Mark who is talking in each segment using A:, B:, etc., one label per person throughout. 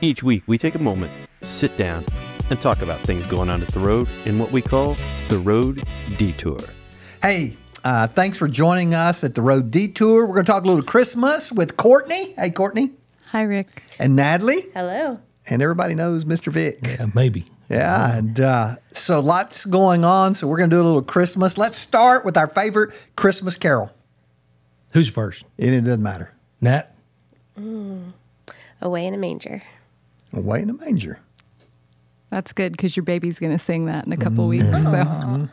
A: Each week, we take a moment, sit down, and talk about things going on at the road in what we call the Road Detour.
B: Hey, uh, thanks for joining us at the Road Detour. We're going to talk a little Christmas with Courtney. Hey, Courtney.
C: Hi, Rick.
B: And Natalie.
D: Hello.
B: And everybody knows Mr. Vic.
E: Yeah, Uh, maybe.
B: Yeah, and uh, so lots going on. So we're going to do a little Christmas. Let's start with our favorite Christmas carol.
E: Who's first?
B: It, it doesn't matter.
E: Nat?
D: Away in a manger.
B: Away in a manger.
C: That's good because your baby's going to sing that in a couple weeks. So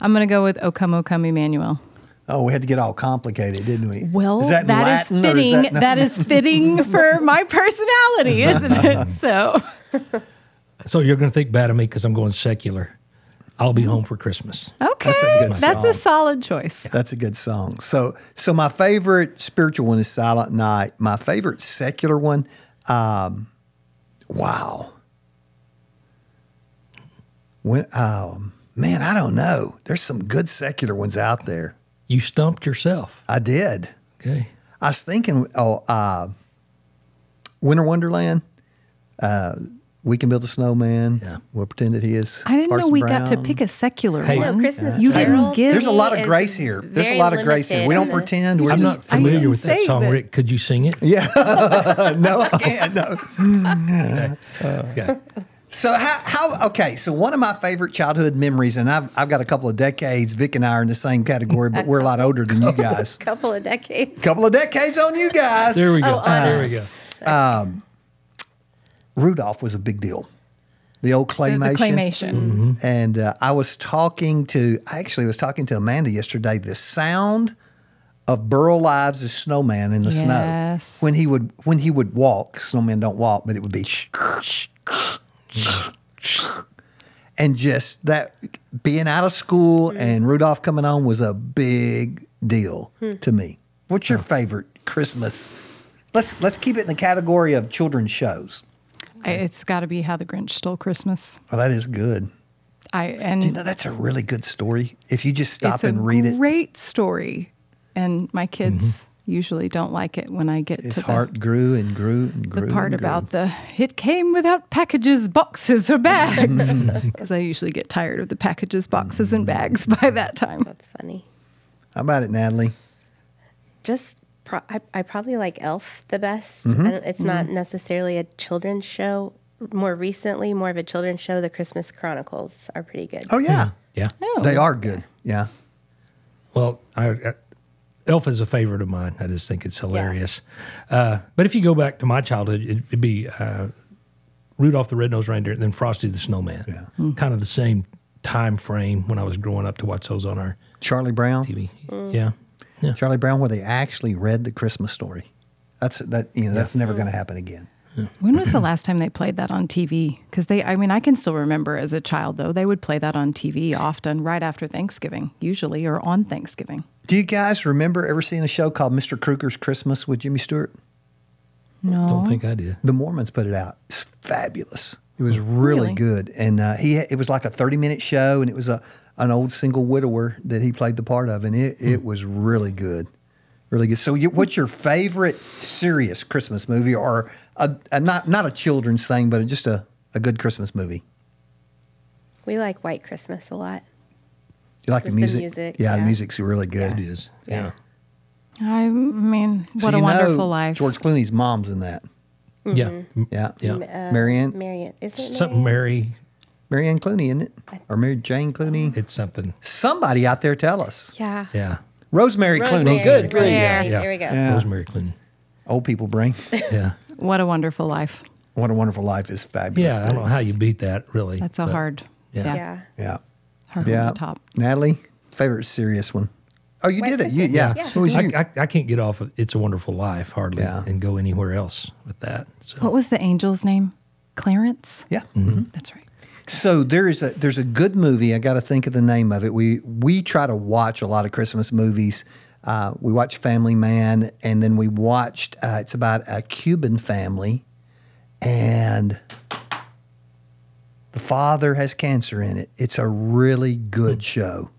C: I'm going to go with O Come, O Come, Emmanuel.
B: Oh, we had to get all complicated, didn't we?
C: Well,
B: in
C: that is
B: Latin or
C: fitting.
B: no.
C: that is fitting for my personality, isn't it? So
E: So you're going to think bad of me because I'm going secular. I'll be home for Christmas.
C: okay, that's
B: a
C: a,
B: good song.
C: solid choice.
B: That's a good song. So, so my favorite spiritual one is Silent Night. My favorite secular one, um, wow. When, um, man, I don't know. There's some good secular ones out there.
E: You stumped yourself.
B: I did.
E: Okay.
B: I was thinking, oh, uh, Winter Wonderland. Uh, we can build a snowman.
E: Yeah.
B: We'll pretend that he is.
C: I didn't know
B: Parson
C: we got to
B: Brown.
C: pick a secular
E: Hey,
D: No,
C: one.
D: Christmas
C: You didn't
D: Carol.
C: give-
D: to
B: There's a
D: me
B: lot of
D: is
B: grace here. There's a
D: very
B: lot of grace here. We don't
D: limited.
B: pretend. We're
E: I'm
B: just,
E: not familiar
C: didn't
E: with that
C: say
E: song,
C: that.
E: Rick. Could you sing it?
B: no, I can't. No.
E: Okay.
B: So how, how okay? So one of my favorite childhood memories, and I've I've got a couple of decades. Vic and I are in the same category, but we're a lot older than you guys.
D: Couple of decades.
B: couple of decades on you guys.
E: There we go.
D: Oh, on
E: there we go.
B: Rudolph was a big deal. The old
C: The, the
B: claymation.
C: claymation.
B: And uh, I was talking to, I actually was talking to Amanda yesterday. The sound of Burl Lives' snowman in the
C: Yes.
B: snow when he would when he would walk. Snowmen don't walk, but it would be and just that being out of school and Rudolph coming on was a big deal to me. What's your favorite Christmas? Let's let's keep it in the category of children's shows.
C: I- It's got to be How the Grinch Stole Christmas.
B: Well, that is good.
C: I and
B: You know, that's a really good story. If you just stop
C: it's
B: and
C: a
B: read it, Mm-hmm.
C: Great story, and my kids usually don't like it when I get
B: his
C: to the-
B: heart grew and grew and
C: the,
B: grew.
C: part
B: and grew.
C: about the it came without packages, boxes, or bags, because I usually get tired of the packages, boxes, and bags by that time.
D: That's funny.
B: How about it, Natalie?
D: Just, pro- I, I probably like Elf the best.
E: Mm-hmm.
D: I don't, it's not necessarily a children's show. More recently, more of a children's show, The Christmas Chronicles are pretty good.
B: Oh yeah,
E: Yeah.
C: Oh,
B: they are good. Yeah,
E: Well, I, I, Elf is a favorite of mine. I just think it's hilarious. Uh, but if you go back to my childhood, it, it'd be uh, Rudolph the Red-Nosed Reindeer and then Frosty the Snowman.
B: Yeah.
C: Hmm.
E: Kind of the same time frame when I was growing up to watch those on our
B: Charlie Brown.
E: TV.
C: Mm.
E: Yeah. Yeah.
B: Charlie Brown, where they actually read the Christmas story. That's that. You know, that's never going to happen again.
C: When was the last time they played that on TV? Because they, I mean, I can still remember as a child though they would play that on TV often right after Thanksgiving, usually or on Thanksgiving.
B: Do you guys remember ever seeing a show called Mr. Kruger's Christmas with Jimmy Stewart?
C: No,
E: Don't think I did.
B: The Mormons put it out. It's fabulous. It was really,
C: Really?
B: good, and uh, he it was like a thirty minute show, and it was a an old single widower that he played the part of, and it it was really good, really good. So, you, what's your favorite serious Christmas movie, or a, a not not a children's thing, but just a a good Christmas movie?
D: We like White Christmas a lot.
B: You like the
D: Just the
B: music?
D: music,
B: yeah, the
D: yeah.
B: music's really good.
E: It is.
D: Yeah.
C: I mean,
B: So
C: what a
B: you know
C: wonderful life.
B: George Clooney's mom's in that.
E: Mm-hmm. Yeah. M-
B: Yeah,
E: Yeah.
D: Uh,
B: Marianne
D: Marianne. Is it
E: Something
D: Marianne?
E: Mary.
B: Marianne Clooney, isn't it? Or Mary Jane Clooney?
E: It's something.
B: Somebody out there tell us.
D: Yeah.
E: Yeah.
B: Rosemary, Clooney.
D: Rosemary.
B: Good grief.
D: Rosemary.
C: Yeah.
E: Yeah.
D: There we go.
B: Yeah.
E: Rosemary Clooney.
B: Old people brain.
E: Yeah.
C: what a wonderful life.
B: What a Wonderful Life is fabulous.
E: Yeah. I don't know how you beat that, really.
C: That's a
E: but-
C: hard,
E: yeah.
C: yeah,
D: Yeah.
B: Yeah.
E: Uh-huh.
C: hard
B: Yeah.
C: one to top.
B: Natalie, favorite serious one. Oh, you
D: White
B: did it. You,
D: Christmas.
B: yeah.
D: Yeah.
B: Who was you?
E: I, I, I can't get off of It's a Wonderful Life hardly
B: Yeah.
E: and go anywhere else with that. So
C: What was the angel's name? Clarence?
B: yeah.
E: Mm-hmm.
C: That's right.
B: So there is a there's a good movie. I got to think of the name of it. We we try to watch a lot of Christmas movies. Uh, we watch Family Man, and then we watched. Uh, it's about a Cuban family, and the father has cancer in it. It's a really good show,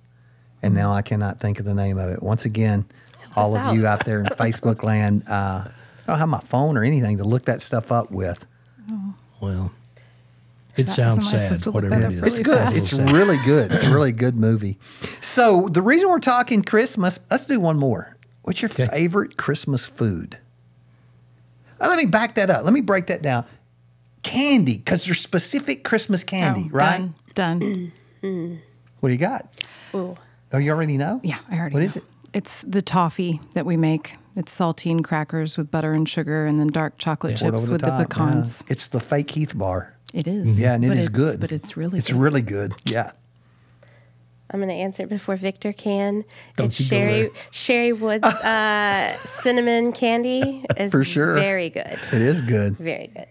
B: and now I cannot think of the name of it. Once again, all of
D: out.
B: you out there in Facebook land, uh, I don't have my phone or anything to look that stuff up with.
E: Well, it
C: that-
E: sounds
C: am I
E: sad,
C: supposed to look
E: whatever
C: that
E: it
C: up
E: is.
C: really
B: It's
C: It's
B: good.
C: awesome.
B: It's really good. It's a really good movie. So the reason we're talking Christmas, let's do one more. What's your favorite Christmas food? Uh, let me back that up. Let me break that down. Candy, because there's specific Christmas candy,
C: Oh,
B: right?
C: Done. done.
B: What do you got?
D: Ooh.
B: Oh, you already know?
C: Yeah, I already.
B: What
C: know.
B: is it?
C: It's the toffee that we make. It's saltine crackers with butter and sugar, and then dark chocolate
B: Poured
C: chips
B: over
C: with the,
B: top, yeah.
C: pecans.
B: It's the fake Heath bar.
C: It is.
B: Yeah, and it
C: but
B: is
C: it's-
B: good.
C: But it's really.
B: It's
C: good.
B: really good. Yeah.
D: I'm going to answer it before Victor can.
E: Don't
D: it's
E: you go
D: Sherry
E: there.
D: Sherry Woods uh, cinnamon candy is
B: For sure.
D: very good.
B: It is good.
D: Very good.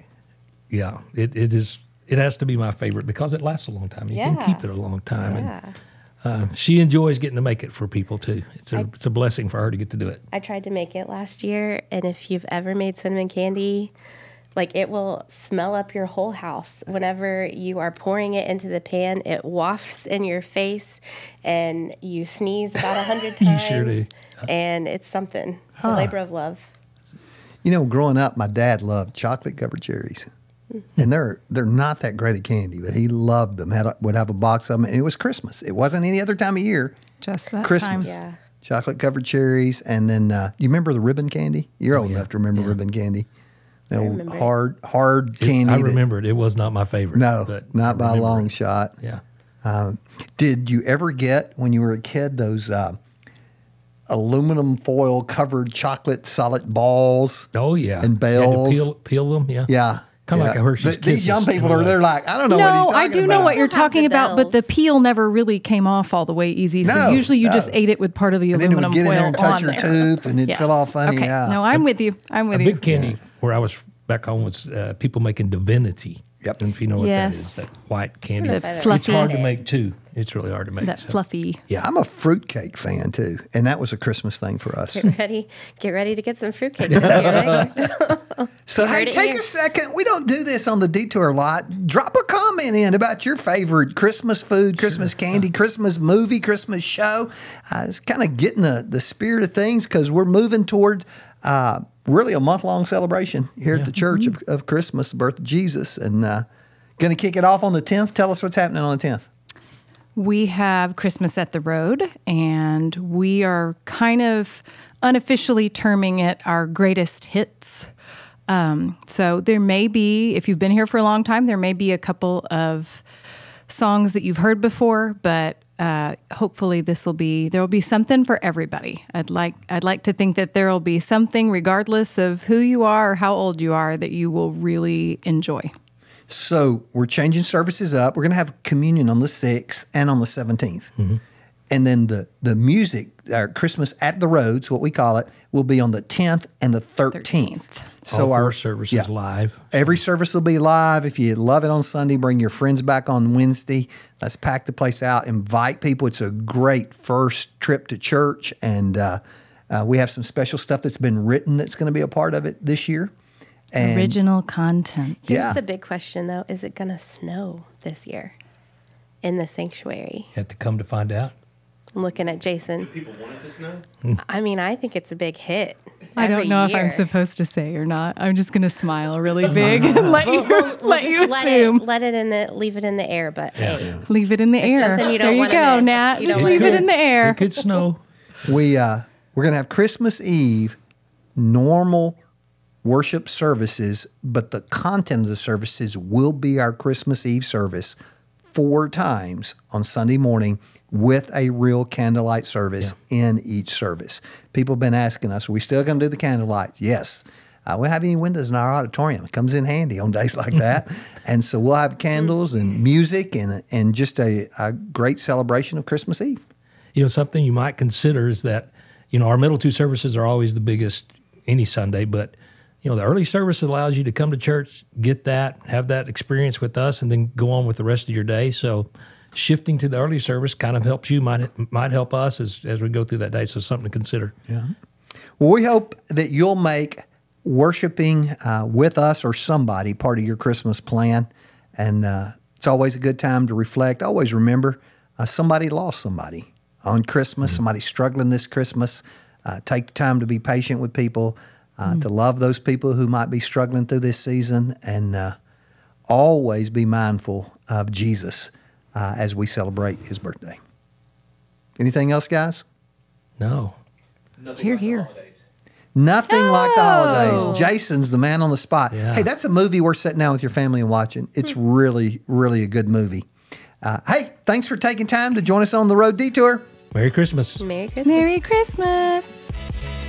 E: Yeah, it, it is. It has to be my favorite because it lasts a long time. You
D: Yeah.
E: can keep it a long time. And,
D: Yeah.
E: uh, she enjoys getting to make it for people too. It's a it's a blessing for her to get to do it.
D: I tried to make it last year, and if you've ever made cinnamon candy, like it will smell up your whole house. Whenever you are pouring it into the pan, it wafts in your face, and you sneeze about a hundred
E: You
D: times.
E: sure do.
D: And it's something. It's a labor of love.
B: You know, growing up, my dad loved chocolate covered cherries, and they're they're not that great at candy, but he loved them. Had a, would have a box of them, and it was Christmas. It wasn't any other time of year.
C: Just that
B: Christmas,
C: time.
D: Yeah.
B: chocolate covered cherries, and then uh, you remember the ribbon candy. You're
E: Oh,
B: old enough to remember ribbon candy. The old
D: remember it.
B: hard hard
E: It-
B: candy.
E: I
B: that-
E: remember it. It was not my favorite.
B: no,
E: but
B: not
E: I
B: by a
E: remember
B: long
E: it.
B: shot.
E: Yeah,
B: Did you ever get when you were a kid those uh, aluminum foil covered chocolate solid balls?
E: Oh yeah,
B: And
E: You had to
B: bells.
E: peel, peel them. Yeah,
B: Yeah.
E: Kind of
B: yeah.
E: like a Hershey's
B: Th- These
E: Kisses
B: young
E: in a
B: people are
E: way.
B: they're like, I don't know what he's
C: No,
B: talking
C: I do know
B: about.
C: what you're
D: Still have
C: talking
D: the
C: about, but the
D: bells.
C: peel never really came off all the way easy. So
B: No,
C: usually you
B: no.
C: just ate it with part of the
B: And then it would get
C: aluminum
B: in
C: foil
B: there and touch
C: on
B: your
C: there.
B: tooth and it'd
C: Yes.
B: feel all funny.
C: Okay.
B: Yeah.
C: No, I'm with you. I'm
E: a
C: with you.
E: big candy where I was back home was uh, people making divinity.
B: Yep.
E: and if you know what that is,
C: Yes.
E: that white candy.
C: The
E: it's
C: fluffy-
E: hard to make too. It's really hard to make.
C: That
E: so.
C: fluffy.
E: Yeah,
B: I'm a fruitcake fan too. And that was a Christmas thing for us.
D: Get ready, get ready to get some fruitcake. this year, right?
B: So, hey,
D: Heard it
B: take
D: here.
B: a second. We don't do this on the detour a lot. Drop a comment in about your favorite Christmas food, Christmas candy, Christmas movie, Christmas show. Uh, it's kind of getting the, the spirit of things because we're moving toward uh, really a month long celebration here at the church of, of Christmas, the birth of Jesus. And uh, going to kick it off on the 10th. Tell us what's happening on the 10th.
C: We have Christmas at the Road, and we are kind of unofficially terming it our greatest hits. Um, so there may be, if you've been here for a long time, there may be a couple of songs that you've heard before, but uh, hopefully this will be there will be something for everybody. I'd like I'd like to think that there will be something, regardless of who you are or how old you are, that you will really enjoy.
B: So we're changing services up. We're going to have communion on the 6th and on the 17th. And then the, the music, our Christmas at the Roads, what we call it, will be on the 10th and the 13th.
E: so
B: our
E: our service
B: yeah.
E: is live.
B: Every service will be live. If you love it on Sunday, bring your friends back on Wednesday. Let's pack the place out. Invite people. It's a great first trip to church, and uh, uh, we have some special stuff that's been written that's going to be a part of it this year. And
C: Original content.
B: yeah,
D: Here's the big question though: Is it gonna snow this year in the sanctuary?
E: You have to come to find out.
D: I'm looking at Jason.
A: People want it to snow?
D: I mean, I think it's a big hit.
C: I
D: every
C: don't know if
D: year.
C: I'm supposed to say or not. I'm just going to smile really big and let you let you
D: Just let
C: assume.
D: it, let it in the, leave it in the air. But hey,
C: leave it in the air.
D: something you don't
C: there you
D: wanna
C: go,
D: miss.
C: Nat.
D: You
C: just
D: don't
C: leave
D: wanna
C: it in the
D: miss.
C: air.
E: It could snow.
B: we uh, we're going to have Christmas Eve normal worship services, but the content of the services will be our Christmas Eve service four times on Sunday morning with a real candlelight service in each service. People have been asking us, are we still going to do the candlelight? Yes. Uh, we don't have any windows in our auditorium. It comes in handy on days like that. and so we'll have candles and music and, and just a, a great celebration of Christmas Eve.
E: You know, something you might consider is that, you know, our middle two services are always the biggest any Sunday, but, you know, the early service allows you to come to church, get that, have that experience with us, and then go on with the rest of your day. So shifting to the early service kind of helps you, might, might help us as, as we go through that day. So something to consider. Yeah.
B: Well, we hope that you'll make worshiping uh, with us or somebody part of your Christmas plan. And uh, it's always a good time to reflect. Always remember uh, somebody lost somebody on Christmas, somebody struggling this Christmas. Uh, take the time to be patient with people. uh, to love those people who might be struggling through this season, and uh, always be mindful of Jesus uh, as we celebrate his birthday. Anything else, guys?
E: No.
C: Here, here.
B: Nothing like the
C: No.
B: holidays. Jason's the man on the spot.
E: Yeah.
B: Hey, that's a movie worth sitting down with your family and watching. It's really, really a good movie. Uh, hey, thanks for taking time to join us on the road detour.
E: Merry Christmas.
D: Merry Christmas.
C: Merry Christmas.